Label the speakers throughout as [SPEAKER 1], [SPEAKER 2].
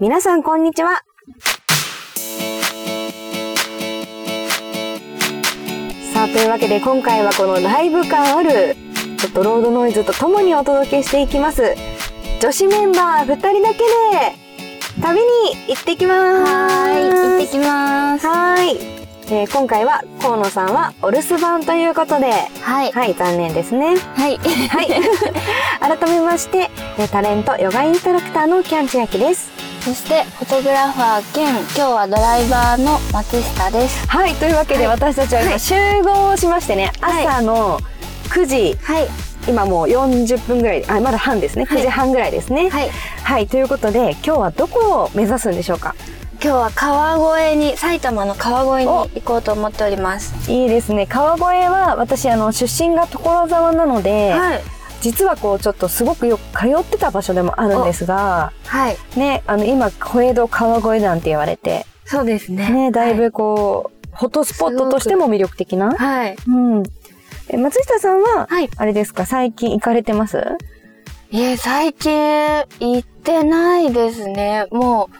[SPEAKER 1] 皆さんこんにちは。さあ、というわけで今回はこのライブ感ある、ちょっとロードノイズとともにお届けしていきます。女子メンバー2人だけで、旅に行ってきまーす。
[SPEAKER 2] はい、行ってきます。
[SPEAKER 1] はーい、えー今回は河野さんはお留守番ということで、
[SPEAKER 2] はい、
[SPEAKER 1] はい、残念ですね。
[SPEAKER 2] はい、
[SPEAKER 1] はい。 改めまして、えータレント、ヨガインストラクターのキャン千秋です。
[SPEAKER 2] そしてフォトグラファー兼今日はドライバーの松下です。
[SPEAKER 1] はい、というわけで私たちは今集合しましてね、
[SPEAKER 2] はい
[SPEAKER 1] 朝の9時、
[SPEAKER 2] はい、
[SPEAKER 1] 今もう40分ぐらい、あ、まだ半ですね、
[SPEAKER 2] はい
[SPEAKER 1] 9時半ぐらいですね。
[SPEAKER 2] はい、
[SPEAKER 1] はい、ということで、今日はどこを目指すんでしょうか
[SPEAKER 2] 今日は川越に埼玉の川越に行こうと思っております。
[SPEAKER 1] いいですね。川越は、私、あの、出身が所沢なので、
[SPEAKER 2] はい、
[SPEAKER 1] 実はこうちょっとすごくよく通ってた場所でもあるんですが、
[SPEAKER 2] はい、
[SPEAKER 1] ね、あの今小江戸川越なんて言われて、
[SPEAKER 2] そうですね
[SPEAKER 1] ね、だいぶこう、フォトスポットとしても魅力的な。
[SPEAKER 2] はい、
[SPEAKER 1] うん。え松下さんは、
[SPEAKER 2] はい、
[SPEAKER 1] あれですか、最近行かれてます
[SPEAKER 2] え、最近行ってないですね。もう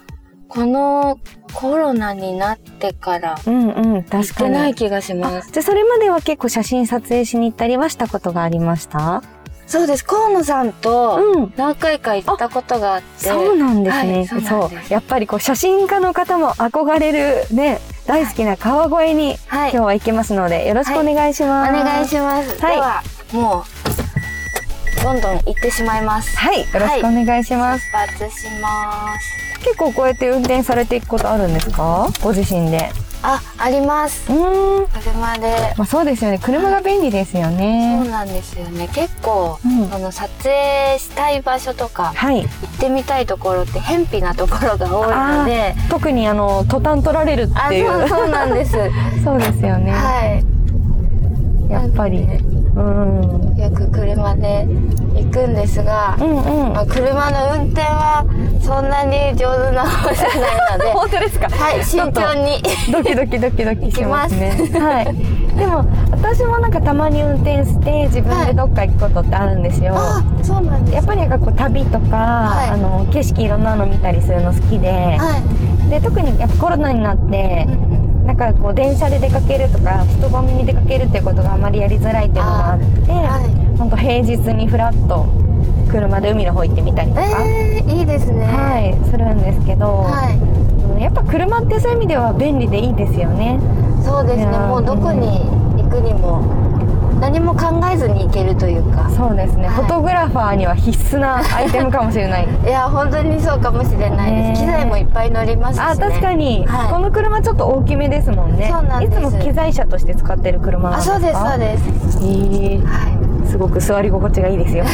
[SPEAKER 2] このコロナになってから
[SPEAKER 1] うんうん、
[SPEAKER 2] 行
[SPEAKER 1] 確
[SPEAKER 2] っ
[SPEAKER 1] か
[SPEAKER 2] て
[SPEAKER 1] に。
[SPEAKER 2] ない気がしま
[SPEAKER 1] あ
[SPEAKER 2] す。
[SPEAKER 1] じゃあそれまでは結構写真撮影しに行ったりはしたことがありました
[SPEAKER 2] そうです。河野さんと
[SPEAKER 1] うん。
[SPEAKER 2] 何回か行ったことがあって、
[SPEAKER 1] そうなんですね。
[SPEAKER 2] はいそうなんです
[SPEAKER 1] やっぱりこう写真家の方も憧れるね、大好きな川越に今
[SPEAKER 2] はい
[SPEAKER 1] 日。は行けますので、よろしくお願いし
[SPEAKER 2] お
[SPEAKER 1] ます。
[SPEAKER 2] 願いします。
[SPEAKER 1] はい
[SPEAKER 2] では、もう、どんどん行ってしまいます。
[SPEAKER 1] はい、よろしくお願いします。
[SPEAKER 2] 出発します。
[SPEAKER 1] 結構こうやって運転されていくことあるんですかご自身で。
[SPEAKER 2] あ、あります。
[SPEAKER 1] うーん。
[SPEAKER 2] 車で。
[SPEAKER 1] まあそうですよね。車が便利ですよ
[SPEAKER 2] そう
[SPEAKER 1] ね。
[SPEAKER 2] なんですよね。結構、
[SPEAKER 1] うん
[SPEAKER 2] あの、撮影したい場所とか、
[SPEAKER 1] はい。
[SPEAKER 2] 行ってみたいところって、偏僻なところが多いので、
[SPEAKER 1] 特にあの、途端取られるっ
[SPEAKER 2] あ、
[SPEAKER 1] てい
[SPEAKER 2] そう
[SPEAKER 1] う。
[SPEAKER 2] そうなんです。は
[SPEAKER 1] そうですよね。
[SPEAKER 2] い。
[SPEAKER 1] やっぱり。
[SPEAKER 2] なの
[SPEAKER 1] うん。
[SPEAKER 2] でよく車で行くんですが
[SPEAKER 1] う、んうん
[SPEAKER 2] ま。あ車の運転はそんなに上手な方じゃないので、
[SPEAKER 1] 本当ですか
[SPEAKER 2] はい、慎重に。
[SPEAKER 1] ドキドキドキドキしますね
[SPEAKER 2] 行。
[SPEAKER 1] はい。でも、私もなんかたまに運転して自分でどっか行くことってあるんですよ。
[SPEAKER 2] あ、そうなんで
[SPEAKER 1] やっぱりなんかこう旅とか、
[SPEAKER 2] い
[SPEAKER 1] あの景色いろんなの見たりするの好きで、
[SPEAKER 2] はい。
[SPEAKER 1] で特にやっぱコロナになって、なんかこう電車で出かけるとか人混みに出かけるっていうことがあまりやりづらいっていうのがあって、
[SPEAKER 2] は
[SPEAKER 1] ほんと平日にフラッと車で海の方行ってみたりと
[SPEAKER 2] い。
[SPEAKER 1] か、
[SPEAKER 2] えー、いいですね。
[SPEAKER 1] はいするんですけど、
[SPEAKER 2] は
[SPEAKER 1] うんやっぱ車ってそういう意味では便利でいいですよね。
[SPEAKER 2] い。そうですね。
[SPEAKER 1] いやー
[SPEAKER 2] もうどこに行くにも何も考えずに行けるというか。
[SPEAKER 1] そうですね、
[SPEAKER 2] はい
[SPEAKER 1] フォトグラファーには必須なアイテムかもしれ ない。
[SPEAKER 2] いや本当にそうかもしれない
[SPEAKER 1] ねー
[SPEAKER 2] です。機材もいっぱい乗りますしね。
[SPEAKER 1] あ確かに、
[SPEAKER 2] はい
[SPEAKER 1] この車ちょっと大きめですもんね
[SPEAKER 2] そうなんです
[SPEAKER 1] いつも機材車として使ってる車なん
[SPEAKER 2] あ、
[SPEAKER 1] ですか
[SPEAKER 2] そうですそうです。
[SPEAKER 1] へー
[SPEAKER 2] は
[SPEAKER 1] すごく座り心地がいいです よ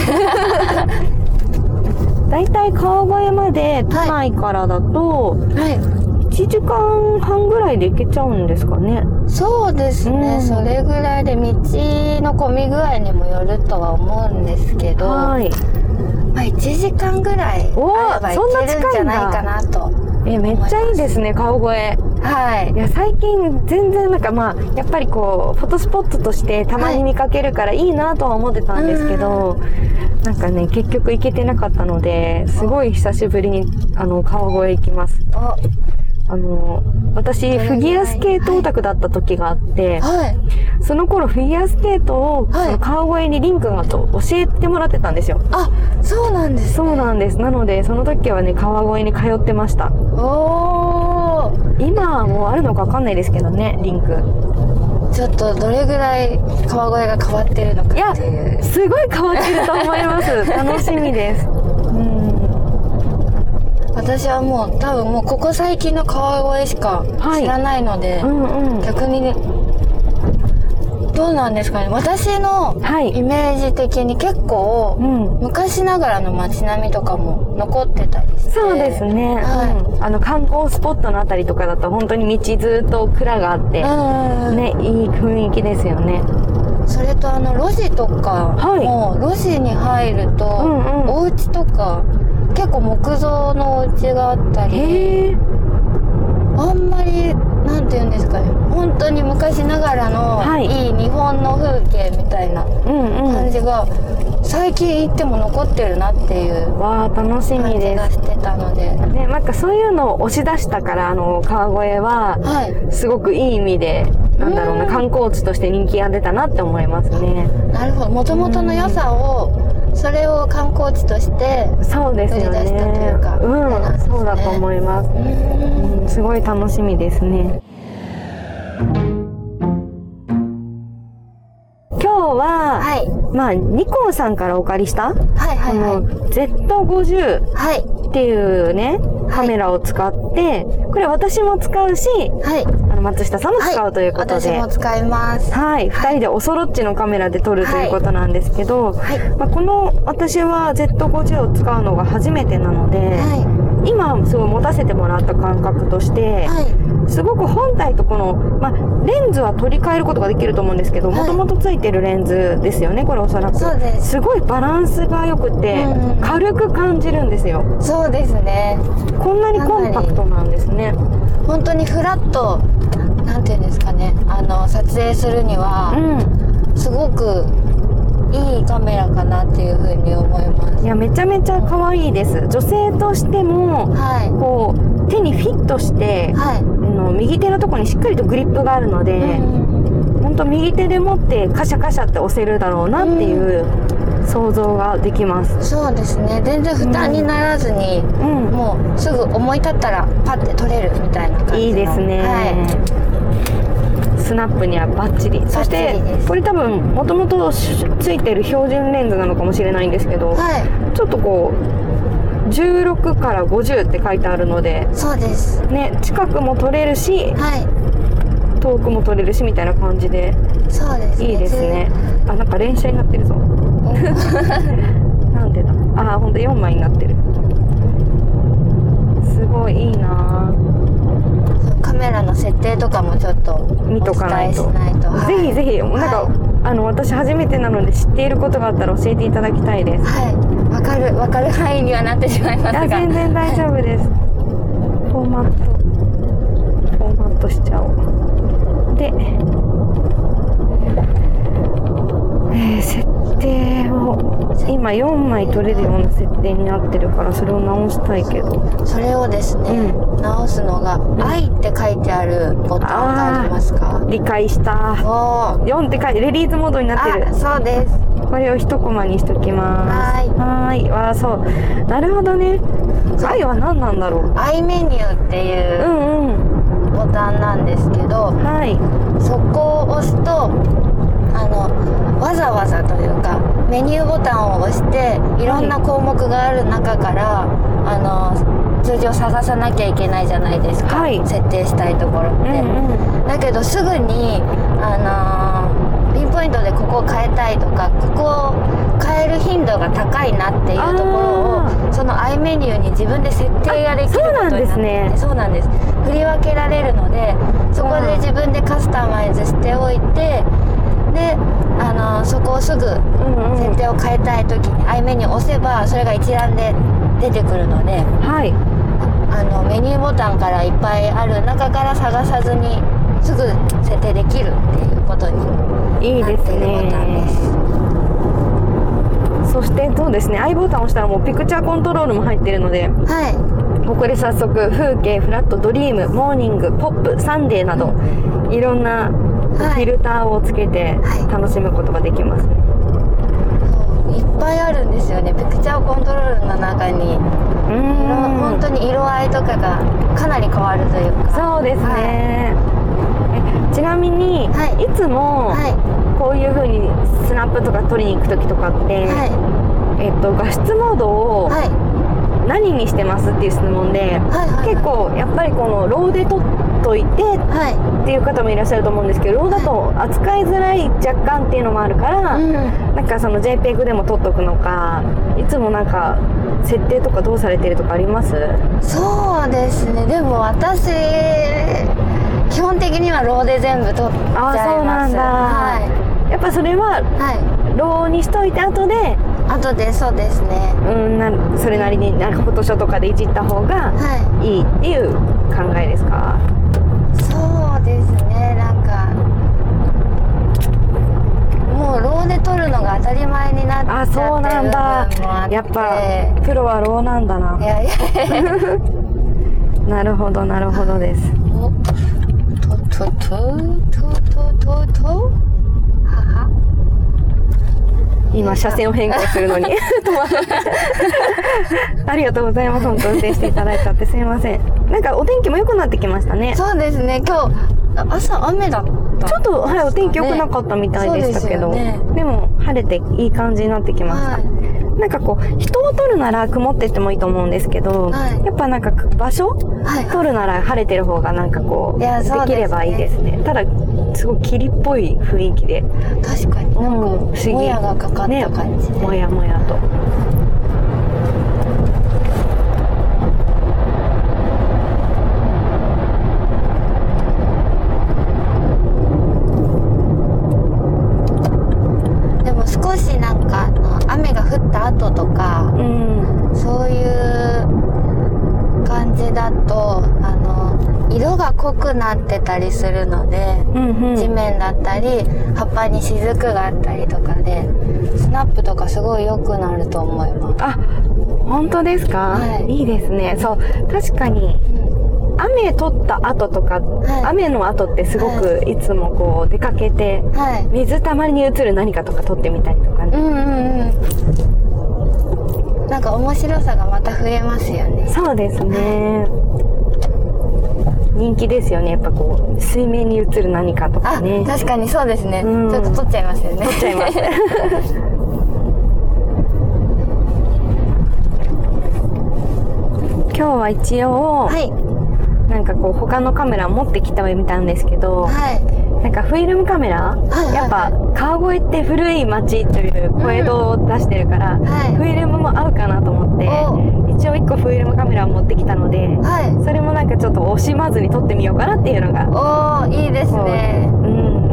[SPEAKER 1] だいたい川越まで都内からだと
[SPEAKER 2] い。はい。
[SPEAKER 1] 1時間半ぐらいで行けちゃうんですかね
[SPEAKER 2] そうです
[SPEAKER 1] う
[SPEAKER 2] ね、
[SPEAKER 1] ん
[SPEAKER 2] それぐらいで道の混み具合にもよるとは思うんですけど、
[SPEAKER 1] はい
[SPEAKER 2] まあ1時間ぐらい
[SPEAKER 1] おー
[SPEAKER 2] あれば行けるんじゃないかなと。
[SPEAKER 1] えめっちゃいいですね川越
[SPEAKER 2] はい
[SPEAKER 1] い。や最近全然なんかまあやっぱりこうフォトスポットとしてたまに見かけるからいいなとは思ってたんですけど、なんかね結局行けてなかったのですごい久しぶりにあの川越行きます
[SPEAKER 2] お
[SPEAKER 1] あの私
[SPEAKER 2] れぐら
[SPEAKER 1] フ
[SPEAKER 2] い
[SPEAKER 1] ィギュアスケートオタクだった時があって、
[SPEAKER 2] はい。
[SPEAKER 1] その頃フィギュアスケートを、
[SPEAKER 2] はい
[SPEAKER 1] その川越にリン君がと教えてもらってたんですよ
[SPEAKER 2] あ、そうなんです。
[SPEAKER 1] そうなんですなのでその時はね川越に通ってました
[SPEAKER 2] おー
[SPEAKER 1] 今はもうあるのかわかんないですけどねリン君
[SPEAKER 2] ちょっとどれぐらい川越が変わってるの
[SPEAKER 1] いや
[SPEAKER 2] かっていう
[SPEAKER 1] すごい変わってると思います。 楽しみです。うん。
[SPEAKER 2] 私はもう多分もうここ最近の川越しか
[SPEAKER 1] はい
[SPEAKER 2] 知らないので、
[SPEAKER 1] うんうん。
[SPEAKER 2] 逆にねどうなんですかね私の
[SPEAKER 1] は
[SPEAKER 2] イ
[SPEAKER 1] い。
[SPEAKER 2] メージ的に結
[SPEAKER 1] う
[SPEAKER 2] 構
[SPEAKER 1] ん。
[SPEAKER 2] 昔ながらの街並みとかも残ってたりして
[SPEAKER 1] そうですね。
[SPEAKER 2] は
[SPEAKER 1] うん。あの観光スポットのあたりとかだと本当に道ずっと蔵があって
[SPEAKER 2] う、ん、
[SPEAKER 1] ね、いい雰囲気ですよね。
[SPEAKER 2] それとあの路地とか
[SPEAKER 1] はい
[SPEAKER 2] もう路地に入ると、
[SPEAKER 1] うんうん
[SPEAKER 2] お家とか結構木造のお家があったり
[SPEAKER 1] へえ。
[SPEAKER 2] あんまりなんて言うんですかね本当に昔ながらの、、
[SPEAKER 1] はいい
[SPEAKER 2] い日本の風景みたいな
[SPEAKER 1] うんう
[SPEAKER 2] 感
[SPEAKER 1] ん
[SPEAKER 2] じが、最近行っても残ってるなっていう
[SPEAKER 1] わあ楽し
[SPEAKER 2] 感
[SPEAKER 1] み
[SPEAKER 2] じ
[SPEAKER 1] で
[SPEAKER 2] がしてたので。
[SPEAKER 1] すねなんかそういうのを押し出したからあの川越は
[SPEAKER 2] はい、
[SPEAKER 1] すごくいい意味でなんだろうな
[SPEAKER 2] うん
[SPEAKER 1] 観光地として人気が出たなって思いますね
[SPEAKER 2] なるほどもともとの良さをそれを観光地として
[SPEAKER 1] そうですよ
[SPEAKER 2] 売り出したとい
[SPEAKER 1] ね
[SPEAKER 2] うかそうなん
[SPEAKER 1] う
[SPEAKER 2] で
[SPEAKER 1] ん
[SPEAKER 2] すね
[SPEAKER 1] そうだと思いますうんすごい楽しみですね。今日は、
[SPEAKER 2] はい
[SPEAKER 1] まあ、ニコンさんからお借りした、
[SPEAKER 2] はいはいはい
[SPEAKER 1] この Z50
[SPEAKER 2] はい
[SPEAKER 1] っていうね、カメラを使って、これ私も使うし、
[SPEAKER 2] はい
[SPEAKER 1] あの松下さんも使うということ
[SPEAKER 2] は
[SPEAKER 1] で、
[SPEAKER 2] い、私も使います
[SPEAKER 1] はい、二人でおそろっちのカメラで撮るということなんですけど、
[SPEAKER 2] はい
[SPEAKER 1] まあ、この私は Z50 を使うのが初めてなので、
[SPEAKER 2] は
[SPEAKER 1] 今すごい持たせてもらった感覚として、
[SPEAKER 2] いはい
[SPEAKER 1] すごく本体とこの、まあ、レンズは取り替えることができると思うんですけど
[SPEAKER 2] はい
[SPEAKER 1] もともとついてるレンズですよねこれおそらく
[SPEAKER 2] そうです
[SPEAKER 1] すごいバランスが良くて
[SPEAKER 2] うんうん
[SPEAKER 1] 軽く感じるんですよ
[SPEAKER 2] そうですね
[SPEAKER 1] こんなにコンパクトなんですね
[SPEAKER 2] 本当にフラットなんていうんですかねあの撮影するに
[SPEAKER 1] う
[SPEAKER 2] は
[SPEAKER 1] ん
[SPEAKER 2] すごくいいカメラかなっていうふうに思います
[SPEAKER 1] いやめちゃめちゃ可愛いです女性としても
[SPEAKER 2] は
[SPEAKER 1] こう手にフィットし
[SPEAKER 2] い
[SPEAKER 1] て
[SPEAKER 2] はい、
[SPEAKER 1] あの右手のとこにしっかりとグリップがあるので、
[SPEAKER 2] うん
[SPEAKER 1] ほんと右手で持ってカシャカシャって押せるだろうなっていう想像ができます。
[SPEAKER 2] そうですね全然負担にならずに、
[SPEAKER 1] うん
[SPEAKER 2] もうすぐ思い立ったらパッて撮れるみたいな感じの
[SPEAKER 1] いいですね、
[SPEAKER 2] は
[SPEAKER 1] スナップにはバッチリそして
[SPEAKER 2] バッチリです
[SPEAKER 1] これ多分もともとついてる標準レンズなのかもしれないんですけど、
[SPEAKER 2] い、は
[SPEAKER 1] ちょっとこう16から50って書いてあるので
[SPEAKER 2] い、そうです
[SPEAKER 1] ね近くも撮れるし
[SPEAKER 2] は
[SPEAKER 1] 遠くも撮れるしみたいな感じで
[SPEAKER 2] いそうですね
[SPEAKER 1] いいですねあなんか連写になってるぞなんでだあーほんと4枚になってるすごいいいなぁ
[SPEAKER 2] そうカメラの設定とかもちょっと
[SPEAKER 1] 見とかないと
[SPEAKER 2] お伝えしないとはい
[SPEAKER 1] ぜひぜひ、なんか、
[SPEAKER 2] は
[SPEAKER 1] あの私初めてなので知っていることがあったら教えていただきたいです。
[SPEAKER 2] はいわかるわかる範囲にはなってしまいます
[SPEAKER 1] い
[SPEAKER 2] が
[SPEAKER 1] や全然大丈夫です。フォーマットフォーマットしちゃおう。で、えー設定を今4枚取れるような設定になってるからそれを直したいけど。
[SPEAKER 2] それをですね、
[SPEAKER 1] う
[SPEAKER 2] 直すのが「愛」って書いてあるボタンがありますか
[SPEAKER 1] 理解した。
[SPEAKER 2] おー
[SPEAKER 1] 4って書いてレディースモードになってる
[SPEAKER 2] あ。そうです
[SPEAKER 1] これを一コマにしときます。
[SPEAKER 2] はーい
[SPEAKER 1] ーい。わあ、そう。なるほどね。
[SPEAKER 2] そう
[SPEAKER 1] 愛は何なんだろう。
[SPEAKER 2] 「愛メニュー」って
[SPEAKER 1] う
[SPEAKER 2] いうん
[SPEAKER 1] うん。
[SPEAKER 2] ボタンなんですけど、
[SPEAKER 1] はい。
[SPEAKER 2] そこを押すとあのわざわざというかメニューボタンを押していろんな項目がある中から、あの通常探さなきゃいけないじゃないですか、
[SPEAKER 1] はい
[SPEAKER 2] 設定したいところっ
[SPEAKER 1] う
[SPEAKER 2] て。
[SPEAKER 1] んうん。
[SPEAKER 2] だけどすぐにあのーピンポイントでここを変えたいとかここを変える頻度が高いなっていうとこ
[SPEAKER 1] あ
[SPEAKER 2] ろをそのアイメニューに自分で設定ができることにな
[SPEAKER 1] あそうな
[SPEAKER 2] って
[SPEAKER 1] んですね
[SPEAKER 2] そうなんです振り分けられるのでそこで自分でカスタマイズしておいてであのーそこをすぐ
[SPEAKER 1] うんうん
[SPEAKER 2] 設。定を変えたい時にアイメニューを押せばそれが一覧で出てくるので
[SPEAKER 1] はい。
[SPEAKER 2] あのメニューボタンからいっぱいある中から探さずにすぐ設定できるっていうことに
[SPEAKER 1] いい
[SPEAKER 2] な
[SPEAKER 1] で
[SPEAKER 2] っ
[SPEAKER 1] す
[SPEAKER 2] ているボタンで
[SPEAKER 1] ね。
[SPEAKER 2] す。
[SPEAKER 1] そして、そうですね。I ボタンを押したらもうピクチャーコントロールも入ってるので、
[SPEAKER 2] は
[SPEAKER 1] ここで早速、風景、フラット、ドリーム、モーニング、ポップ、サンデーなど、いろんなフ
[SPEAKER 2] はい
[SPEAKER 1] ィルターをつけて
[SPEAKER 2] はい
[SPEAKER 1] 楽しむことができます。
[SPEAKER 2] いそう、いっぱいあるんですよね。ピクチャーコントロールの中
[SPEAKER 1] う
[SPEAKER 2] に、
[SPEAKER 1] ー
[SPEAKER 2] 色
[SPEAKER 1] ん。
[SPEAKER 2] 本当に色合いとかがかなり変わるというか。
[SPEAKER 1] そうですね。えちなみに、
[SPEAKER 2] はい
[SPEAKER 1] い、つも、
[SPEAKER 2] はい
[SPEAKER 1] こういう風にスナップとか取りに行く時とかって、
[SPEAKER 2] は
[SPEAKER 1] えっと、画質モードを
[SPEAKER 2] いはい
[SPEAKER 1] 何にしてますっていう質問で、
[SPEAKER 2] はいはい。
[SPEAKER 1] 結構やっぱりこのローで撮っといて
[SPEAKER 2] はい。
[SPEAKER 1] っていう方もいらっしゃると思うんですけどローだと扱いづらい若干っていうのもあるから、
[SPEAKER 2] うん
[SPEAKER 1] なんかその JPEG でも撮っとくのかいつもなんか設定とかどうされてるとかあります
[SPEAKER 2] そうですね。でも私基本的にはローで全部撮っちゃい
[SPEAKER 1] あ
[SPEAKER 2] ます。
[SPEAKER 1] ーそうなんだ、
[SPEAKER 2] は
[SPEAKER 1] やっぱそれはい
[SPEAKER 2] はい。
[SPEAKER 1] ローにしといて後で
[SPEAKER 2] あとでそうですね
[SPEAKER 1] うんなそれなりになんかフォトショーとかでいじった方が
[SPEAKER 2] はい
[SPEAKER 1] いいっていう考えですか
[SPEAKER 2] そうですねなんかもうローで取るのが当たり前になっちゃ
[SPEAKER 1] あ
[SPEAKER 2] ってる
[SPEAKER 1] そうなんだ
[SPEAKER 2] 部分もあって
[SPEAKER 1] やっぱプロはローなんだ
[SPEAKER 2] い
[SPEAKER 1] な
[SPEAKER 2] やいやいや
[SPEAKER 1] なるほどなるほどです
[SPEAKER 2] おとととととととはは
[SPEAKER 1] 今車線を変更するのに止まら ないありがとうございます本当運転していただいちゃってすいませんなんかお天気も良くなってきましたねちょ
[SPEAKER 2] そうですね今日朝雨だった
[SPEAKER 1] っとはいお天気良くなかったみたいでしたけど
[SPEAKER 2] そうですよ
[SPEAKER 1] でも晴れていい感じになってきました、
[SPEAKER 2] はい
[SPEAKER 1] なんかこう人を撮るなら曇ってってもいいと思うんですけど、
[SPEAKER 2] はい
[SPEAKER 1] やっぱなんか場所
[SPEAKER 2] はい
[SPEAKER 1] 撮るなら晴れてる方がなんかこう
[SPEAKER 2] いやそうですね
[SPEAKER 1] できればいいですねただすごい霧っぽい雰囲気で
[SPEAKER 2] 確かになん
[SPEAKER 1] う
[SPEAKER 2] か
[SPEAKER 1] ん不思議
[SPEAKER 2] もやがかかった感じで、
[SPEAKER 1] もやもやと
[SPEAKER 2] でも少しなんかあの雨が降った後とか
[SPEAKER 1] うん
[SPEAKER 2] そういう感じだとあの色が濃くなってたりするので、
[SPEAKER 1] うんうん
[SPEAKER 2] 地面だったり葉っぱに雫があったりとかでスナップとかすごい良くなると思います。
[SPEAKER 1] あ本当ですか、
[SPEAKER 2] はい
[SPEAKER 1] いですねそう確かに雨撮った後とか、
[SPEAKER 2] い
[SPEAKER 1] 雨の後ってすごくいつもこう出かけて
[SPEAKER 2] はい。
[SPEAKER 1] 水たまりに映る何かとか撮ってみたりとか
[SPEAKER 2] う
[SPEAKER 1] ね、
[SPEAKER 2] んうんうん。なんか面白さがまた増えますよね。
[SPEAKER 1] そうですね人気ですよねやっぱこう水面に映る何かとか
[SPEAKER 2] あ、
[SPEAKER 1] ね
[SPEAKER 2] 確かにそうですね。
[SPEAKER 1] うん
[SPEAKER 2] ちょっと取っちゃいますよね。取っ
[SPEAKER 1] ちゃいます今日は一応、
[SPEAKER 2] はい。
[SPEAKER 1] なんかこう他のカメラ持ってきてはいたんですけど、
[SPEAKER 2] は
[SPEAKER 1] なんかフィルムカメラ、
[SPEAKER 2] いはい
[SPEAKER 1] やっぱ川越って古い町という小江戸を出してるから、
[SPEAKER 2] い。
[SPEAKER 1] フ
[SPEAKER 2] は
[SPEAKER 1] ィルムも合うかなと思って
[SPEAKER 2] い。お、
[SPEAKER 1] 一応1個フィルムカメラを持ってきたので
[SPEAKER 2] はい。
[SPEAKER 1] それもなんかちょっと惜しまずに撮ってみようかなっていうのが
[SPEAKER 2] おー、いいですね。
[SPEAKER 1] うん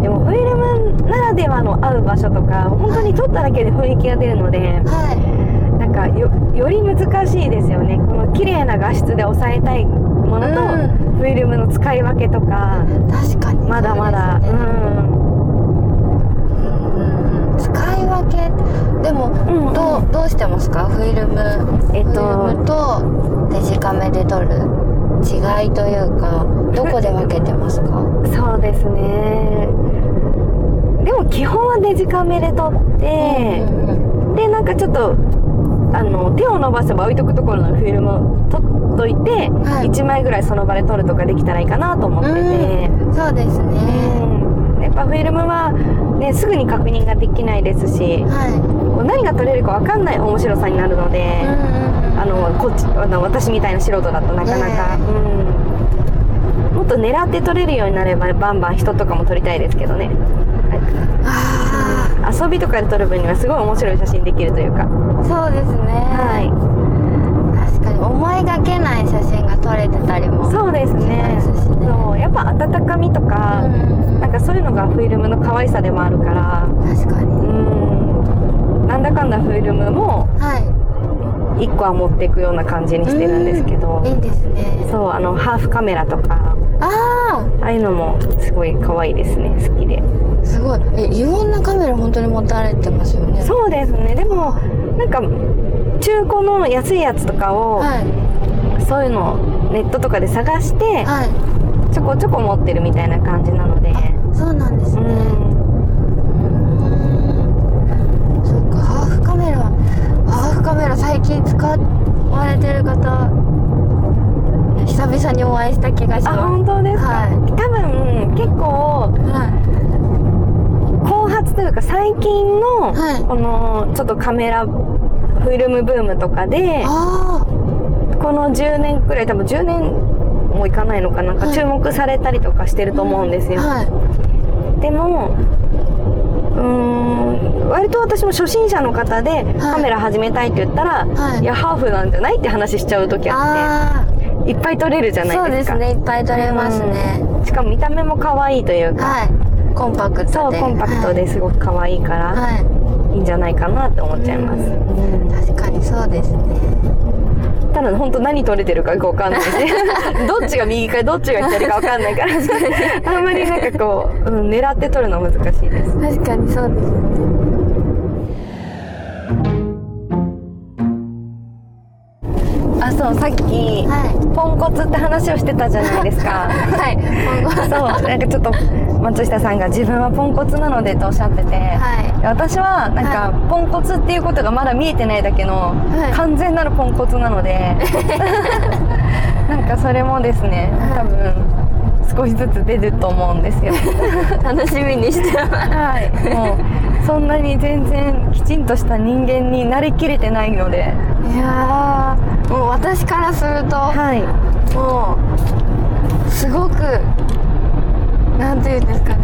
[SPEAKER 1] でもフィルムならではの合う場所とか本当に撮っただけで雰囲気が出るので
[SPEAKER 2] は
[SPEAKER 1] なんかよより難しいですよねこの綺麗な画質で抑えたいものと、
[SPEAKER 2] う
[SPEAKER 1] フィルムの使い分けとか
[SPEAKER 2] い。確かに、
[SPEAKER 1] まだまだう,、
[SPEAKER 2] そうですね
[SPEAKER 1] ん
[SPEAKER 2] うんうん。使い分け。でも、
[SPEAKER 1] うんうん
[SPEAKER 2] どう、どうしてますか。フィルム。
[SPEAKER 1] えっと
[SPEAKER 2] フィルムとデジカメで撮る。違いというか、どこで分けてま すか。
[SPEAKER 1] そうですねでも基本はデジカメで撮って、
[SPEAKER 2] うんうん
[SPEAKER 1] でなんかちょっとあの手を伸ばせば置いとくところのフィルムを撮っといて、
[SPEAKER 2] はい
[SPEAKER 1] 1枚ぐらいその場で撮るとかできたらいいかなと思ってて、
[SPEAKER 2] そうですね。
[SPEAKER 1] うんやっぱフィルムは、ね、すぐに確認ができないですし
[SPEAKER 2] は
[SPEAKER 1] こう何が撮れるか分かんない面白さになるの
[SPEAKER 2] い。
[SPEAKER 1] で、あのこっちあの私みたいな素人だとなかなか、
[SPEAKER 2] ね
[SPEAKER 1] うん、もっと狙って撮れるようになればバンバン人とかも撮りたいですけどね
[SPEAKER 2] あ
[SPEAKER 1] 遊びとかで撮る分にはすごい面白い写真できるというか
[SPEAKER 2] あ、そうですね。
[SPEAKER 1] はい
[SPEAKER 2] 確かに思いがけない写真が撮れてたりも。
[SPEAKER 1] そうですね
[SPEAKER 2] そうですね
[SPEAKER 1] そうやっぱ温かみと
[SPEAKER 2] うん
[SPEAKER 1] か、
[SPEAKER 2] うんうん
[SPEAKER 1] なんかそういうのがフィルムの可愛さでもあるから
[SPEAKER 2] 確か
[SPEAKER 1] う
[SPEAKER 2] に。
[SPEAKER 1] んなんだかんだフィルムも
[SPEAKER 2] は
[SPEAKER 1] 1個は持っていくような感じ
[SPEAKER 2] い。
[SPEAKER 1] にしてるんですけど
[SPEAKER 2] うんいいですね。
[SPEAKER 1] そうあのハーフカメラとか
[SPEAKER 2] あ
[SPEAKER 1] ああいうのもすごい可愛いですね好きで。
[SPEAKER 2] あ、すごい。え、いろんなカメラ本当に持たれてますよね。
[SPEAKER 1] そうですねでもなんか中古の安いやつとかを、
[SPEAKER 2] はい。
[SPEAKER 1] そういうのをネットとかで探して
[SPEAKER 2] は
[SPEAKER 1] ちょこちょこ持ってるみたいな感じなので
[SPEAKER 2] い。そうなんです
[SPEAKER 1] う
[SPEAKER 2] ね。
[SPEAKER 1] ん
[SPEAKER 2] うんそっか、ハーフカメラ。ハーフカメラ最近使われてる方。久々にお会いした気がし
[SPEAKER 1] あ
[SPEAKER 2] ます。
[SPEAKER 1] 本当ですか、
[SPEAKER 2] はい。
[SPEAKER 1] 多分結構
[SPEAKER 2] は
[SPEAKER 1] 後発というか最近の、
[SPEAKER 2] はい
[SPEAKER 1] このちょっとカメラフィルムブームとか
[SPEAKER 2] い。
[SPEAKER 1] で
[SPEAKER 2] あ
[SPEAKER 1] この10年くらい多分10年もいかないのかなんか
[SPEAKER 2] はい
[SPEAKER 1] 注目されたりとかしてると思うんです
[SPEAKER 2] あ。
[SPEAKER 1] よ、
[SPEAKER 2] はい。
[SPEAKER 1] でもうーん割と私も初心者の方でカメラ始めたいって言ったら、
[SPEAKER 2] はい
[SPEAKER 1] い、やハーフなんじゃないって話しちゃう時あっ
[SPEAKER 2] あ
[SPEAKER 1] ていっぱい撮れるじゃ
[SPEAKER 2] あ。
[SPEAKER 1] な
[SPEAKER 2] そう
[SPEAKER 1] いで
[SPEAKER 2] ですす
[SPEAKER 1] か
[SPEAKER 2] ね。いっぱい撮れますね。
[SPEAKER 1] うんしかも見た目も可愛いというか、
[SPEAKER 2] はい。コンパクトで。
[SPEAKER 1] そうコンパクトですごく可愛いか
[SPEAKER 2] はい。
[SPEAKER 1] ら
[SPEAKER 2] はい
[SPEAKER 1] いんじゃないかなって思っちゃいます、
[SPEAKER 2] うん確かにそうですね。
[SPEAKER 1] ただ本当何撮れてるかよくわ かんないしどっちが右かどっちが左かわかんないからあんまりなんかこう、うん、狙って撮るのは難しいです
[SPEAKER 2] 確かにそうです
[SPEAKER 1] あそうさっき
[SPEAKER 2] は
[SPEAKER 1] ポンコツって話をしてたじゃないですか
[SPEAKER 2] いはい今後
[SPEAKER 1] そうなんかちょっと松下さんが自分はポンコツなのでとおっしゃってて、
[SPEAKER 2] は
[SPEAKER 1] 私はなんかポンコツっていうことがまだ見えてないだけの
[SPEAKER 2] い
[SPEAKER 1] 完全なるポンコツなので、 なんかそれもですね多分少しずつ出ると思うんですよ
[SPEAKER 2] い楽しみにしてます
[SPEAKER 1] はいもうそんなに全然きちんとした人間になりきれてないので
[SPEAKER 2] いやーもう私からすると、
[SPEAKER 1] はい
[SPEAKER 2] もうすごくなんていうんですかね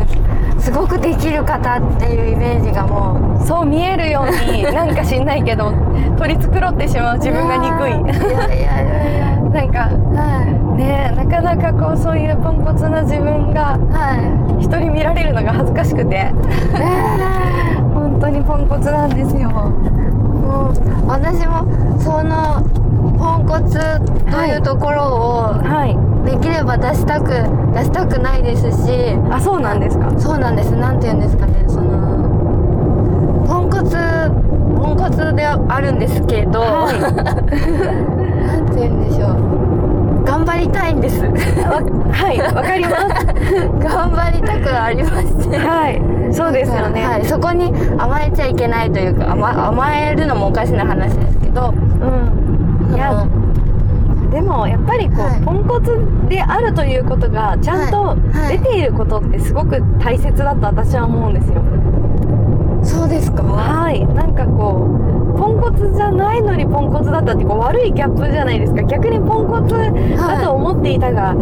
[SPEAKER 2] すごくできる方っていうイメージがもう
[SPEAKER 1] そう見えるようになんか知んないけ ど取り繕ってしまう自分が
[SPEAKER 2] い
[SPEAKER 1] 憎い
[SPEAKER 2] やいやいやいや
[SPEAKER 1] なんか
[SPEAKER 2] は
[SPEAKER 1] ねなかなかこうそういうポンコツな自分が
[SPEAKER 2] いは
[SPEAKER 1] 人に見られるのが恥ずかしくて
[SPEAKER 2] い、ね
[SPEAKER 1] 本当にポンコツなんですよ
[SPEAKER 2] えもう私もそのポンコツというところ
[SPEAKER 1] はい
[SPEAKER 2] をできれば出したく出したくないですし
[SPEAKER 1] あそうなんですか
[SPEAKER 2] そうなんですなんていうんですかねそのポンコツポンコツではあるんですけど、
[SPEAKER 1] は
[SPEAKER 2] なんて言うんでしょう頑張りたいんです
[SPEAKER 1] いわ はいわかります
[SPEAKER 2] 頑張りたくありまして
[SPEAKER 1] はいそうですよね、
[SPEAKER 2] はい、そこに甘えちゃいけないというか甘甘えるのもおかしな話ですけど
[SPEAKER 1] うんいや
[SPEAKER 2] その
[SPEAKER 1] でもやっぱりこう、
[SPEAKER 2] はい
[SPEAKER 1] ポンコツであるということがちゃんと
[SPEAKER 2] はいは
[SPEAKER 1] 出
[SPEAKER 2] い
[SPEAKER 1] ていることってすごく大切だと私は思うんですよ
[SPEAKER 2] そうですか
[SPEAKER 1] はいなんかこうポンコツじゃないのにポンコツだったってこう悪いギャップじゃないですか逆にポンコツだと思っていたが、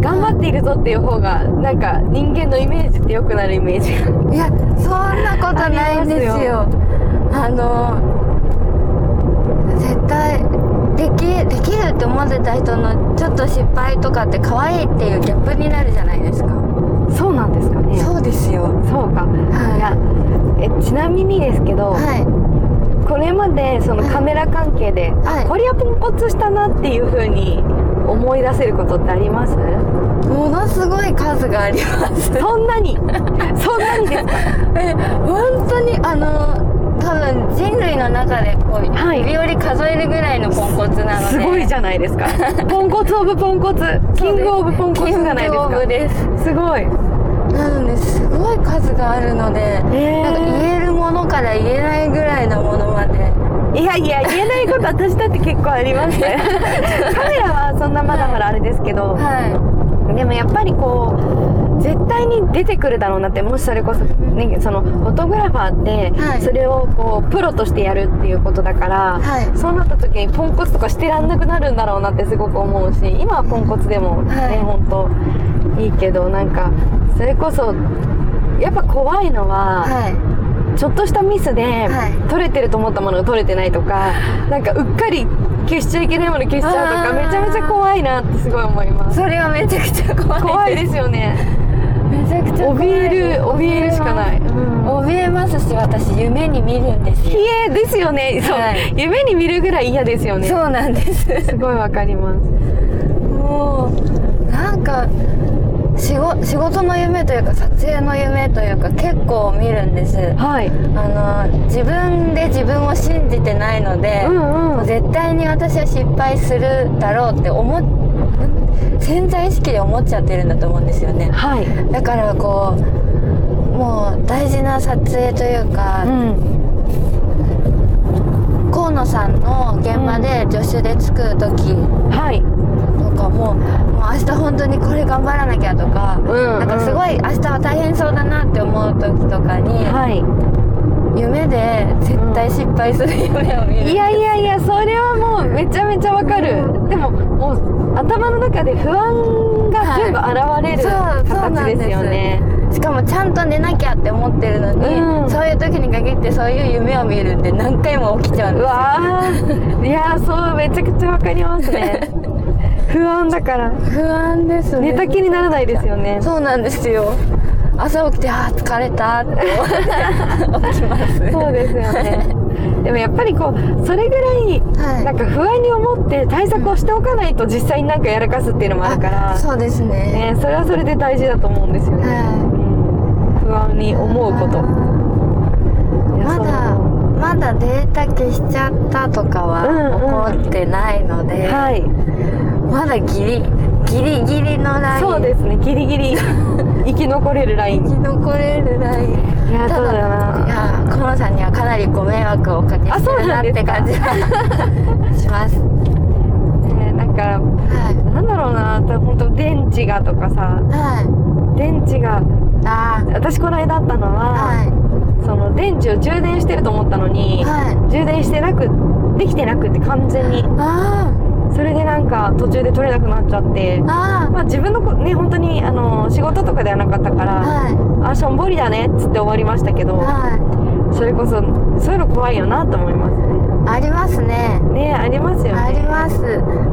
[SPEAKER 1] 頑張っているぞっていう方がなんか人間のイメージって良くなるイメージが
[SPEAKER 2] いやそんなことないんですよ
[SPEAKER 1] あ
[SPEAKER 2] あ
[SPEAKER 1] り
[SPEAKER 2] の絶対できできるって思ってた人のちょっと失敗とかって可愛いっていうギャップになるじゃないですか
[SPEAKER 1] そうなんですかね
[SPEAKER 2] うですよ
[SPEAKER 1] そうか、
[SPEAKER 2] はい
[SPEAKER 1] いやえちなみにですけど、
[SPEAKER 2] はい
[SPEAKER 1] これまでそのカメラ関係で、
[SPEAKER 2] はい
[SPEAKER 1] あこれはポンコツしたなっていう風に思い出せることってあり ます
[SPEAKER 2] ものすごい数があります
[SPEAKER 1] そんなにそんなにですか
[SPEAKER 2] え本当にあの多分人類の中でこう、
[SPEAKER 1] はい
[SPEAKER 2] 指折り数えるぐらいのポンコツなのです
[SPEAKER 1] ごいじ
[SPEAKER 2] ゃ
[SPEAKER 1] ゃないですかポンコツオブポンコツキングオブポンコツじゃないです
[SPEAKER 2] キングオ
[SPEAKER 1] か
[SPEAKER 2] ブです
[SPEAKER 1] すごい
[SPEAKER 2] なのですごい数があるので、
[SPEAKER 1] え
[SPEAKER 2] なんか言えるものから言えないぐらいのものまで
[SPEAKER 1] いやいや言えないこと私だって結構あります ねカメラはそんなまだまだあれですけど、
[SPEAKER 2] は
[SPEAKER 1] でもやっぱりこう絶対に出てくるだろうなってもしそれこそ、ね、そのフォトグラファーって、
[SPEAKER 2] はい
[SPEAKER 1] それをこうプロとしてやるっていうことだから、
[SPEAKER 2] はい
[SPEAKER 1] そうなった時にポンコツとかしてらんなくなるんだろうなってすごく思うし今はポンコツでもね、
[SPEAKER 2] はい
[SPEAKER 1] 本当いいけどなんかそれこそやっぱ怖いのは、
[SPEAKER 2] いはい
[SPEAKER 1] ちょっとしたミスで、
[SPEAKER 2] はい
[SPEAKER 1] 取れてると思ったものが取れてないとかなんかうっかり消しちゃいけないもの消しちゃうと
[SPEAKER 2] あ
[SPEAKER 1] か
[SPEAKER 2] ー
[SPEAKER 1] めちゃめちゃ怖いなってすごい思います
[SPEAKER 2] それはめちゃくちゃ怖い
[SPEAKER 1] 怖いですよね
[SPEAKER 2] めちゃくちゃ怖い
[SPEAKER 1] 怯える怯えるしかない、
[SPEAKER 2] 怯えますし私夢に見るんです
[SPEAKER 1] 冷
[SPEAKER 2] よ
[SPEAKER 1] えですよねそう、
[SPEAKER 2] はい
[SPEAKER 1] 夢に見るぐらい嫌ですよね
[SPEAKER 2] そうなんです
[SPEAKER 1] すごいわかります
[SPEAKER 2] もうなんか仕事仕事の夢というか撮影の夢というか結構見るんです
[SPEAKER 1] はいうん
[SPEAKER 2] あの自分で自分を信じてないので、
[SPEAKER 1] うん
[SPEAKER 2] もう絶対に私は失敗するだろうって思っん潜在意識で思っちゃってるんだと思うんですよね
[SPEAKER 1] はい
[SPEAKER 2] だからこうもう大事な撮影というか、
[SPEAKER 1] ん
[SPEAKER 2] 河野さんの現場で助手で作る時
[SPEAKER 1] はい
[SPEAKER 2] とかも,、もう明日本当にこれ頑張らなきゃとか、
[SPEAKER 1] うん
[SPEAKER 2] なんかす
[SPEAKER 1] い
[SPEAKER 2] ごい明日は大変そうだなって思う時とかに、
[SPEAKER 1] はい
[SPEAKER 2] 夢で絶対失敗する夢を見る
[SPEAKER 1] いやいやいやそれはもうめちゃめちゃわかる、
[SPEAKER 2] う
[SPEAKER 1] でももう頭の中で不安が全部現れる
[SPEAKER 2] はいそうそうなん
[SPEAKER 1] 形
[SPEAKER 2] です
[SPEAKER 1] ですよね、
[SPEAKER 2] しかもちゃんと寝なきゃって思ってるのに、
[SPEAKER 1] うん
[SPEAKER 2] そういう時に限ってそういう夢を見るって何回も起きちゃうん
[SPEAKER 1] う
[SPEAKER 2] です
[SPEAKER 1] わーいやーそうめちゃくちゃわかりますね不安だから
[SPEAKER 2] 不安です
[SPEAKER 1] 寝たきりならないですよね
[SPEAKER 2] そうなんですよ朝起きてあー疲れたって思って起きます
[SPEAKER 1] そうですよね。でもやっぱりこうそれぐらい
[SPEAKER 2] はい
[SPEAKER 1] なんか不安に思って対策をしておかないと実際になんかやらかすっていうのもあるから、
[SPEAKER 2] そうですね
[SPEAKER 1] ね、それはそれで大事だと思うんですよね、
[SPEAKER 2] は
[SPEAKER 1] うん不安
[SPEAKER 2] い
[SPEAKER 1] に思うこといや
[SPEAKER 2] まだまだデータ消しちゃったとかは
[SPEAKER 1] うんうん
[SPEAKER 2] 起こってないの
[SPEAKER 1] そう
[SPEAKER 2] で、
[SPEAKER 1] はい
[SPEAKER 2] まだギリギリギリのライン
[SPEAKER 1] そうですねギリギ リ生き残れるラインい
[SPEAKER 2] 生き残れるライン
[SPEAKER 1] やそうだ
[SPEAKER 2] い
[SPEAKER 1] な
[SPEAKER 2] や河野さんにはかなりご迷惑をおかけ
[SPEAKER 1] あ
[SPEAKER 2] して
[SPEAKER 1] そう
[SPEAKER 2] るな
[SPEAKER 1] な
[SPEAKER 2] っ
[SPEAKER 1] んで
[SPEAKER 2] て
[SPEAKER 1] すか
[SPEAKER 2] 感じがします
[SPEAKER 1] ねなんか
[SPEAKER 2] は
[SPEAKER 1] なんだろうな本当電池がとかさ
[SPEAKER 2] いは
[SPEAKER 1] 電池が
[SPEAKER 2] いあ
[SPEAKER 1] 私この間あったの
[SPEAKER 2] あ
[SPEAKER 1] は、
[SPEAKER 2] は
[SPEAKER 1] その電池を充電してると思ったの
[SPEAKER 2] い
[SPEAKER 1] に、
[SPEAKER 2] はい
[SPEAKER 1] 充電してなくできてなくって完全に
[SPEAKER 2] あ
[SPEAKER 1] それでなんか途中で取れなくなっちゃって
[SPEAKER 2] ああ
[SPEAKER 1] まあ自分のこね本当にあの仕事とかではなかったか
[SPEAKER 2] あ
[SPEAKER 1] ら、
[SPEAKER 2] はい
[SPEAKER 1] あしょんぼりだねっつって終わりましたけど
[SPEAKER 2] は
[SPEAKER 1] それこそそういうの怖いよなと思います
[SPEAKER 2] いありますね
[SPEAKER 1] ねねありますよね
[SPEAKER 2] あります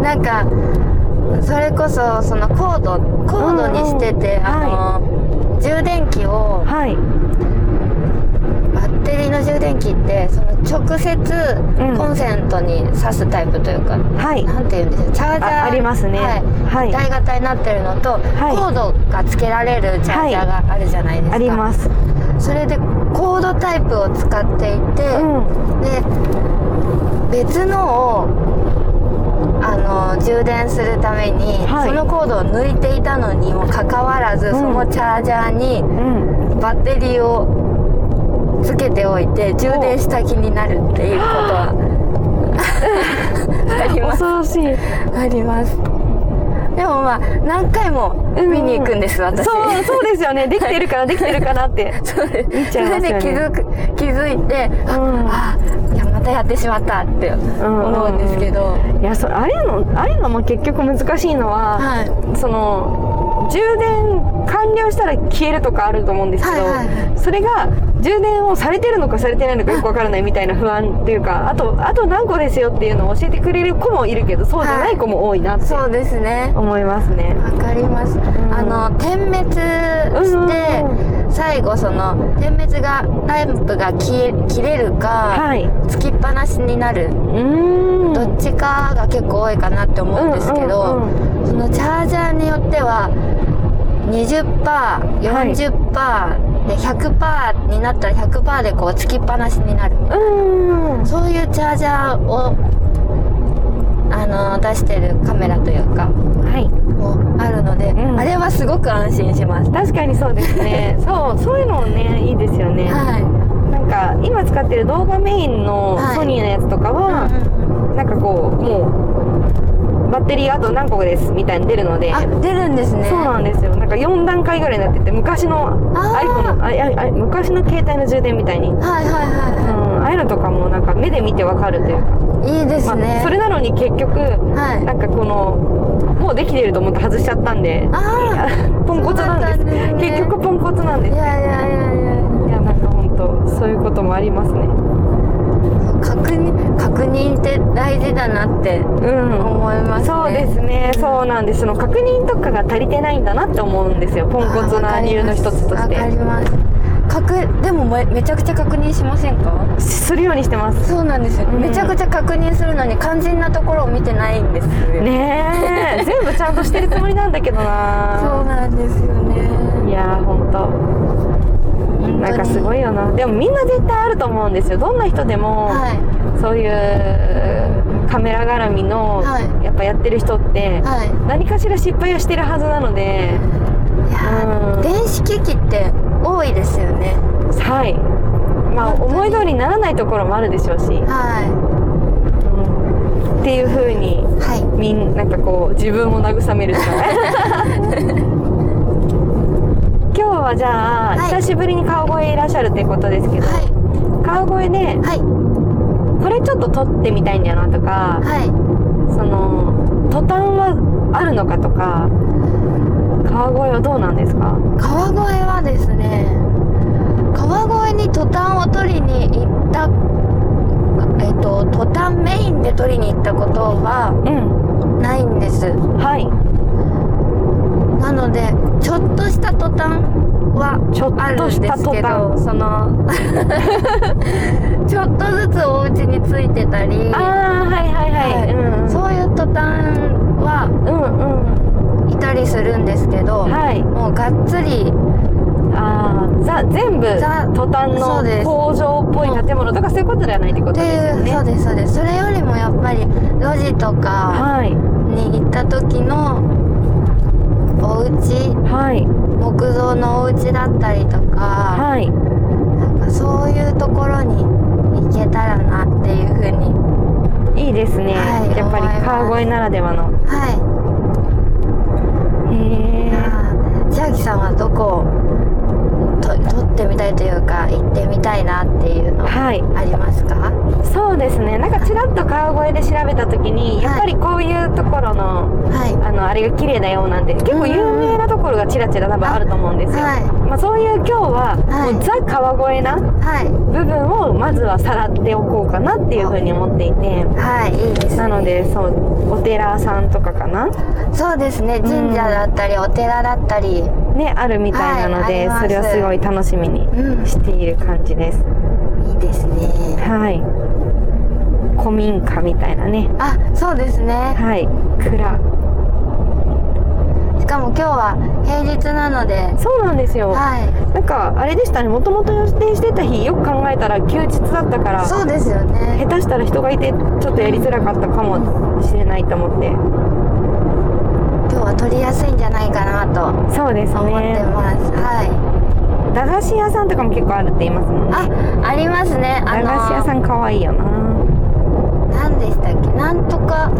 [SPEAKER 2] なんかそれこそそのコードコードにしてて、
[SPEAKER 1] うんうん
[SPEAKER 2] あの、充電器を
[SPEAKER 1] はい
[SPEAKER 2] バッテリーの充電器ってその直接
[SPEAKER 1] うん
[SPEAKER 2] コンセントに挿すタイプというか、
[SPEAKER 1] はい
[SPEAKER 2] なんて言うんでしょうチャージャ
[SPEAKER 1] あ
[SPEAKER 2] ー
[SPEAKER 1] ありますね
[SPEAKER 2] はい
[SPEAKER 1] はい、
[SPEAKER 2] 台型になってるの
[SPEAKER 1] い
[SPEAKER 2] と、コードが付けられるチャージャーがあるじゃないですか、
[SPEAKER 1] あります
[SPEAKER 2] それでコードタイプを使っていて、
[SPEAKER 1] うん
[SPEAKER 2] で別のをあの充電するために、
[SPEAKER 1] はい
[SPEAKER 2] そのコードを抜いていたのにもかかわらず、
[SPEAKER 1] ん
[SPEAKER 2] そのチャージャーに
[SPEAKER 1] うん
[SPEAKER 2] バッテリーをつけておいて充電した気になるっていうこと はあります
[SPEAKER 1] 恐ろしい
[SPEAKER 2] ありますでもまあ何回も見に行くんです、私
[SPEAKER 1] そうそうですよねできてる からできてるかなって
[SPEAKER 2] そうです
[SPEAKER 1] 見ちゃいますよね
[SPEAKER 2] それで気づく気づいて、
[SPEAKER 1] うん
[SPEAKER 2] ああいやまたやってしまったって思うんですけど、
[SPEAKER 1] いやそれあれのあれのも結局難しいのは、
[SPEAKER 2] はい
[SPEAKER 1] その充電完了したら消えるとかあると思うんですけど、
[SPEAKER 2] はいはい
[SPEAKER 1] それが充電をされてるのかされてないのかよくわからないみたいな不安っていうかあとあと何個ですよっていうのを教えてくれる子もいるけどそうじゃない子も多いなって
[SPEAKER 2] そうですね
[SPEAKER 1] 思いますね。
[SPEAKER 2] わかります、
[SPEAKER 1] ん
[SPEAKER 2] あの点滅して、最後その点滅がランプが消え切れるか、
[SPEAKER 1] はい、う
[SPEAKER 2] つきっぱなしになる
[SPEAKER 1] ーん
[SPEAKER 2] どっちかが結構多いかなって思うんですけど、
[SPEAKER 1] うん
[SPEAKER 2] そのチャージャーによっては 20%40%、で100%になったら100%でこうつきっぱなしになる
[SPEAKER 1] うんうん
[SPEAKER 2] そういうチャージャーをあの出してるカメラというか
[SPEAKER 1] はい
[SPEAKER 2] もあるので、
[SPEAKER 1] ん
[SPEAKER 2] あれはすごく安心します。
[SPEAKER 1] 確かにそうです ねそうそういうのもねいいですよね、
[SPEAKER 2] は
[SPEAKER 1] なんか今使ってる動画メインの
[SPEAKER 2] はい
[SPEAKER 1] ソニーのやつとか
[SPEAKER 2] い、
[SPEAKER 1] は、
[SPEAKER 2] うんうん
[SPEAKER 1] なんかこうもうバッテリーあと何個ですみたいに出るので
[SPEAKER 2] あ
[SPEAKER 1] そ
[SPEAKER 2] 出るんですね。
[SPEAKER 1] うなんですよなんか4段階ぐらいになってて昔の
[SPEAKER 2] あー
[SPEAKER 1] iPhone のあいやあ昔の携帯の充電みたいに、うん、
[SPEAKER 2] はいはいは
[SPEAKER 1] ああいうのとかもなんか目で見てわかるというか、
[SPEAKER 2] い。いいです
[SPEAKER 1] ま
[SPEAKER 2] ね。
[SPEAKER 1] あ、それなのに結局
[SPEAKER 2] はい。
[SPEAKER 1] なんかこのもうできてると思って外しちゃったんで
[SPEAKER 2] あ
[SPEAKER 1] ポンコツなん
[SPEAKER 2] そうだったん
[SPEAKER 1] で
[SPEAKER 2] ですすね
[SPEAKER 1] 結局ポンコツなん
[SPEAKER 2] あ。
[SPEAKER 1] で
[SPEAKER 2] い
[SPEAKER 1] す
[SPEAKER 2] やいやいやいや。
[SPEAKER 1] いやなんか本当そういうこともありますね
[SPEAKER 2] 確認確認って大事だなって
[SPEAKER 1] うん
[SPEAKER 2] 思いますね。
[SPEAKER 1] そうですね、そうなんです。その確認とかが足りてないんだなって思うんですよ。ポンコツな理由の一つとし
[SPEAKER 2] わかり
[SPEAKER 1] て。
[SPEAKER 2] ます。確でもめめちゃくちゃ確認しませんか？
[SPEAKER 1] するようにしてます。
[SPEAKER 2] そうなんですよ、
[SPEAKER 1] うん
[SPEAKER 2] めちゃくちゃ確認するのに肝心なところを見てないんですよ。
[SPEAKER 1] ね え、全部ちゃんとしてるつもりなんだけど
[SPEAKER 2] そう
[SPEAKER 1] な。
[SPEAKER 2] なんですよ
[SPEAKER 1] い
[SPEAKER 2] ね。
[SPEAKER 1] やー、ほんと。なんかすご
[SPEAKER 2] い。
[SPEAKER 1] いよな。でもみんな絶対あると思うんですよ。どんな人でも、
[SPEAKER 2] は
[SPEAKER 1] そういうカメラ絡みの、
[SPEAKER 2] はい
[SPEAKER 1] やっぱやってる人って
[SPEAKER 2] い、はい。
[SPEAKER 1] 何かしら失敗をしてるはずなので、
[SPEAKER 2] いやー
[SPEAKER 1] うん
[SPEAKER 2] 電子機器って多いですよね。
[SPEAKER 1] はい。まあ、
[SPEAKER 2] 本当に
[SPEAKER 1] 思い通りにならないところもあるでしょうし。
[SPEAKER 2] は
[SPEAKER 1] うんっていう風に
[SPEAKER 2] いはい。
[SPEAKER 1] みんなんかこう自分を慰めるしか ない今日はじゃあ、
[SPEAKER 2] はい
[SPEAKER 1] 久しぶりに川越へいらっしゃるってことですけど、
[SPEAKER 2] は
[SPEAKER 1] 川越で
[SPEAKER 2] いはい
[SPEAKER 1] これちょっと撮ってみたいんだよなとか
[SPEAKER 2] はい。
[SPEAKER 1] その途端はあるのかとか川越はどうなんですか
[SPEAKER 2] 川越はですね川越にトタンを取りに行ったえっとトタンメインで取りに行ったことは
[SPEAKER 1] うん
[SPEAKER 2] ないんです
[SPEAKER 1] はい
[SPEAKER 2] なのでちょっとしたトタンは
[SPEAKER 1] ちょっと
[SPEAKER 2] あるんですけどそのちょっとずつお家についてたり
[SPEAKER 1] ああはいはいはい、うん
[SPEAKER 2] そういうトタンは
[SPEAKER 1] うんうん
[SPEAKER 2] いたりするんですけど、
[SPEAKER 1] はい
[SPEAKER 2] もうがっつり
[SPEAKER 1] ああザ全部
[SPEAKER 2] ザ
[SPEAKER 1] トタン
[SPEAKER 2] そう
[SPEAKER 1] の
[SPEAKER 2] です
[SPEAKER 1] 工場っぽい建物とかそういうことではないってこと
[SPEAKER 2] って
[SPEAKER 1] です
[SPEAKER 2] い
[SPEAKER 1] よね
[SPEAKER 2] う、そうですそうですそれよりもやっぱり路地とか
[SPEAKER 1] はい
[SPEAKER 2] に行った時のお家
[SPEAKER 1] はい
[SPEAKER 2] 木造のお家だったりとか
[SPEAKER 1] はい
[SPEAKER 2] なんかそういうところに行けたらなっていうふうに
[SPEAKER 1] いいですね、
[SPEAKER 2] はい
[SPEAKER 1] やっぱり
[SPEAKER 2] 思います
[SPEAKER 1] 川越ならではの
[SPEAKER 2] はい
[SPEAKER 1] へえ
[SPEAKER 2] あー千秋さんはどこをと撮ってみたいというか行ってみたいなっていうのあ
[SPEAKER 1] はい
[SPEAKER 2] りますか、
[SPEAKER 1] そうですねなんかちらっと川越で調べた時にやっぱりこういうところの
[SPEAKER 2] はい
[SPEAKER 1] あのあれが綺麗だようなんで結構有名なところがちらちら多分あると思うんですよ、
[SPEAKER 2] はい
[SPEAKER 1] まあ、そういう今日は、
[SPEAKER 2] はい
[SPEAKER 1] もうザ川越な
[SPEAKER 2] はい
[SPEAKER 1] 部分をまずはさらっておこうかなっていうふうに思っていて
[SPEAKER 2] はいいいですね
[SPEAKER 1] なのでそうお寺さんとかかな
[SPEAKER 2] そうですね神社だったりお寺だったり
[SPEAKER 1] ねあるみたいなので、
[SPEAKER 2] はいあ
[SPEAKER 1] そ
[SPEAKER 2] り
[SPEAKER 1] れ
[SPEAKER 2] ま
[SPEAKER 1] を
[SPEAKER 2] す
[SPEAKER 1] すごい楽しみに
[SPEAKER 2] うん
[SPEAKER 1] している感じです
[SPEAKER 2] いいですね
[SPEAKER 1] はい古民家みたいなね
[SPEAKER 2] あそうですね
[SPEAKER 1] はい蔵
[SPEAKER 2] しかも今日は平日なので
[SPEAKER 1] そうなんですよ、
[SPEAKER 2] は
[SPEAKER 1] なんかあれでしたねもともと予定してた日よく考えたら休日だったか
[SPEAKER 2] い
[SPEAKER 1] ら
[SPEAKER 2] そうですよね
[SPEAKER 1] 下手したら人がいてちょっとやりづらかったかもしれないと思って
[SPEAKER 2] 今日は撮りやすいんじゃないかなと
[SPEAKER 1] そうです
[SPEAKER 2] 思って
[SPEAKER 1] ね
[SPEAKER 2] ます、はい
[SPEAKER 1] 駄菓子屋さんとかも結構あるって言いますもんね
[SPEAKER 2] あありますねあ
[SPEAKER 1] 駄
[SPEAKER 2] の
[SPEAKER 1] 菓子屋さん可愛いよな
[SPEAKER 2] 何でしたっけなんとか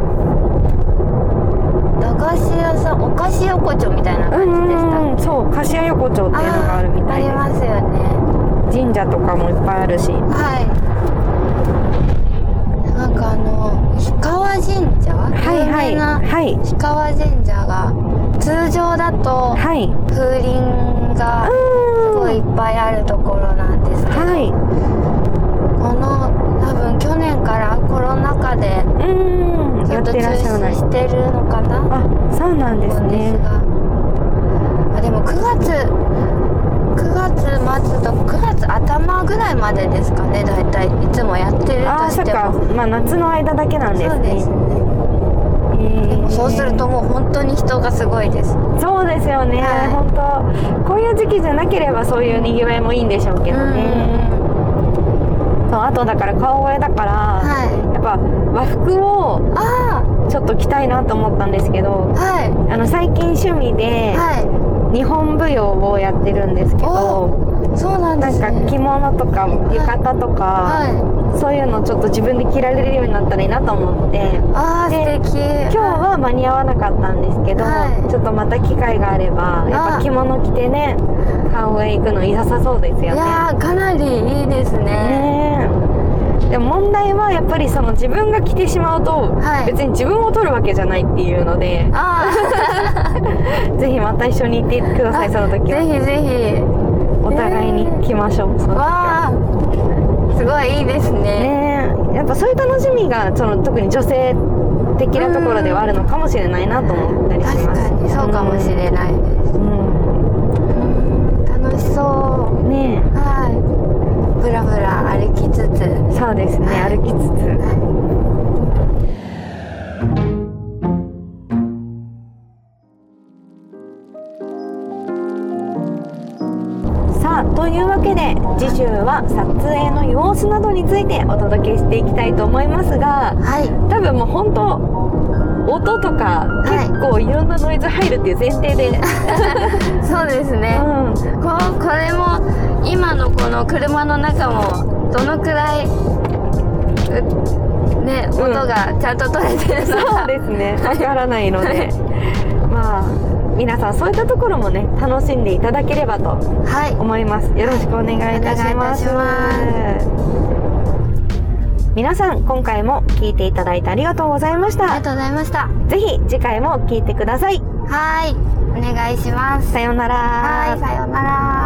[SPEAKER 2] 駄菓子屋さんお菓子横丁みたいな
[SPEAKER 1] う
[SPEAKER 2] 感じでしたっ
[SPEAKER 1] んうんそう柏横丁っていうの
[SPEAKER 2] け
[SPEAKER 1] があるみたい
[SPEAKER 2] あ
[SPEAKER 1] で
[SPEAKER 2] りますよね
[SPEAKER 1] す神社とかもいっぱいあるし
[SPEAKER 2] はいなんかあの氷川神社、
[SPEAKER 1] はいは
[SPEAKER 2] 有
[SPEAKER 1] い
[SPEAKER 2] 名な
[SPEAKER 1] はい
[SPEAKER 2] 氷川神社が通常だと
[SPEAKER 1] はい
[SPEAKER 2] 風鈴がすごいいっぱいあるところなんですけど、
[SPEAKER 1] は
[SPEAKER 2] この多分去年からコロナ禍で
[SPEAKER 1] いうん
[SPEAKER 2] ず
[SPEAKER 1] や
[SPEAKER 2] っ
[SPEAKER 1] っ
[SPEAKER 2] と
[SPEAKER 1] て
[SPEAKER 2] 中
[SPEAKER 1] らっしゃらな
[SPEAKER 2] 止
[SPEAKER 1] い
[SPEAKER 2] してるのかな
[SPEAKER 1] あそうなんですね
[SPEAKER 2] あでも9月9月末と9月頭ぐらいまでですかね大体いつもやってる
[SPEAKER 1] あ
[SPEAKER 2] と
[SPEAKER 1] ーそっ
[SPEAKER 2] して
[SPEAKER 1] か
[SPEAKER 2] も
[SPEAKER 1] まあ夏の間だけなんです
[SPEAKER 2] そうで
[SPEAKER 1] ね
[SPEAKER 2] すね
[SPEAKER 1] えー
[SPEAKER 2] そうするともう本当に人がすごいです
[SPEAKER 1] そうですよね、
[SPEAKER 2] はい
[SPEAKER 1] 本当こういう時期じゃなければそういうにぎわいもいいんでしょうけどね、そうあとだから顔越えだから、
[SPEAKER 2] はい
[SPEAKER 1] やっぱ和服を
[SPEAKER 2] あ
[SPEAKER 1] ちょっと着たいなと思ったんですけど
[SPEAKER 2] あはい
[SPEAKER 1] あの最近趣味で
[SPEAKER 2] は
[SPEAKER 1] 日本舞踊をやってるんですけど、
[SPEAKER 2] いそうなんで
[SPEAKER 1] なん
[SPEAKER 2] すね
[SPEAKER 1] か着物とか浴衣とか、
[SPEAKER 2] はい
[SPEAKER 1] そういうのちょっと自分で着られるようになったらいいなと思って。
[SPEAKER 2] ああ素
[SPEAKER 1] で
[SPEAKER 2] 敵
[SPEAKER 1] 今日は間に合わなかったんですけど、
[SPEAKER 2] はい
[SPEAKER 1] ちょっとまた機会があればやっぱ着物着てね顔へ行くのいささそうです
[SPEAKER 2] い
[SPEAKER 1] よね。
[SPEAKER 2] やーかなりいいですね
[SPEAKER 1] ねえでも問題はやっぱりその自分が着てしまうと、
[SPEAKER 2] はい
[SPEAKER 1] 別に自分を取るわけじゃないっていうので
[SPEAKER 2] あ
[SPEAKER 1] ぜひまた一緒に行ってくださいその
[SPEAKER 2] あ
[SPEAKER 1] 時
[SPEAKER 2] ぜ
[SPEAKER 1] は
[SPEAKER 2] ひぜひ
[SPEAKER 1] お互いに着ましょう、その時は
[SPEAKER 2] わあすごいいいですね
[SPEAKER 1] ねえやっぱそういう楽しみがその特に女性的なところではあるのかもしれないなと思ったりしま
[SPEAKER 2] 確
[SPEAKER 1] す
[SPEAKER 2] かにそうかもしれないです、
[SPEAKER 1] うん
[SPEAKER 2] 楽しそう
[SPEAKER 1] うんねえ
[SPEAKER 2] はいぶらぶら歩きつつ
[SPEAKER 1] そうです ね
[SPEAKER 2] はい
[SPEAKER 1] 歩きつつさあというわけで次週は撮影の様子などについてお届けしていきたいと思いますが
[SPEAKER 2] はい
[SPEAKER 1] 多分もう本当音とか
[SPEAKER 2] い
[SPEAKER 1] 結構いろんなノイズ入るっていう前提 で、
[SPEAKER 2] そうですねここれも今のこの車の中もどのくらいうね
[SPEAKER 1] ん
[SPEAKER 2] 音がちゃんと取れてるの
[SPEAKER 1] うん、そう
[SPEAKER 2] か、
[SPEAKER 1] です ねわからないので、まあ皆さんそういったところもね楽しんでいただければと
[SPEAKER 2] はい
[SPEAKER 1] 思いますよろしくお願いいたします
[SPEAKER 2] お願
[SPEAKER 1] 皆さん今回も聞いていただいてありがとうございまし
[SPEAKER 2] ありが
[SPEAKER 1] た
[SPEAKER 2] とうございました
[SPEAKER 1] ぜひ次回も聞いてください
[SPEAKER 2] はいお願いします
[SPEAKER 1] さようなら
[SPEAKER 2] はいさようなら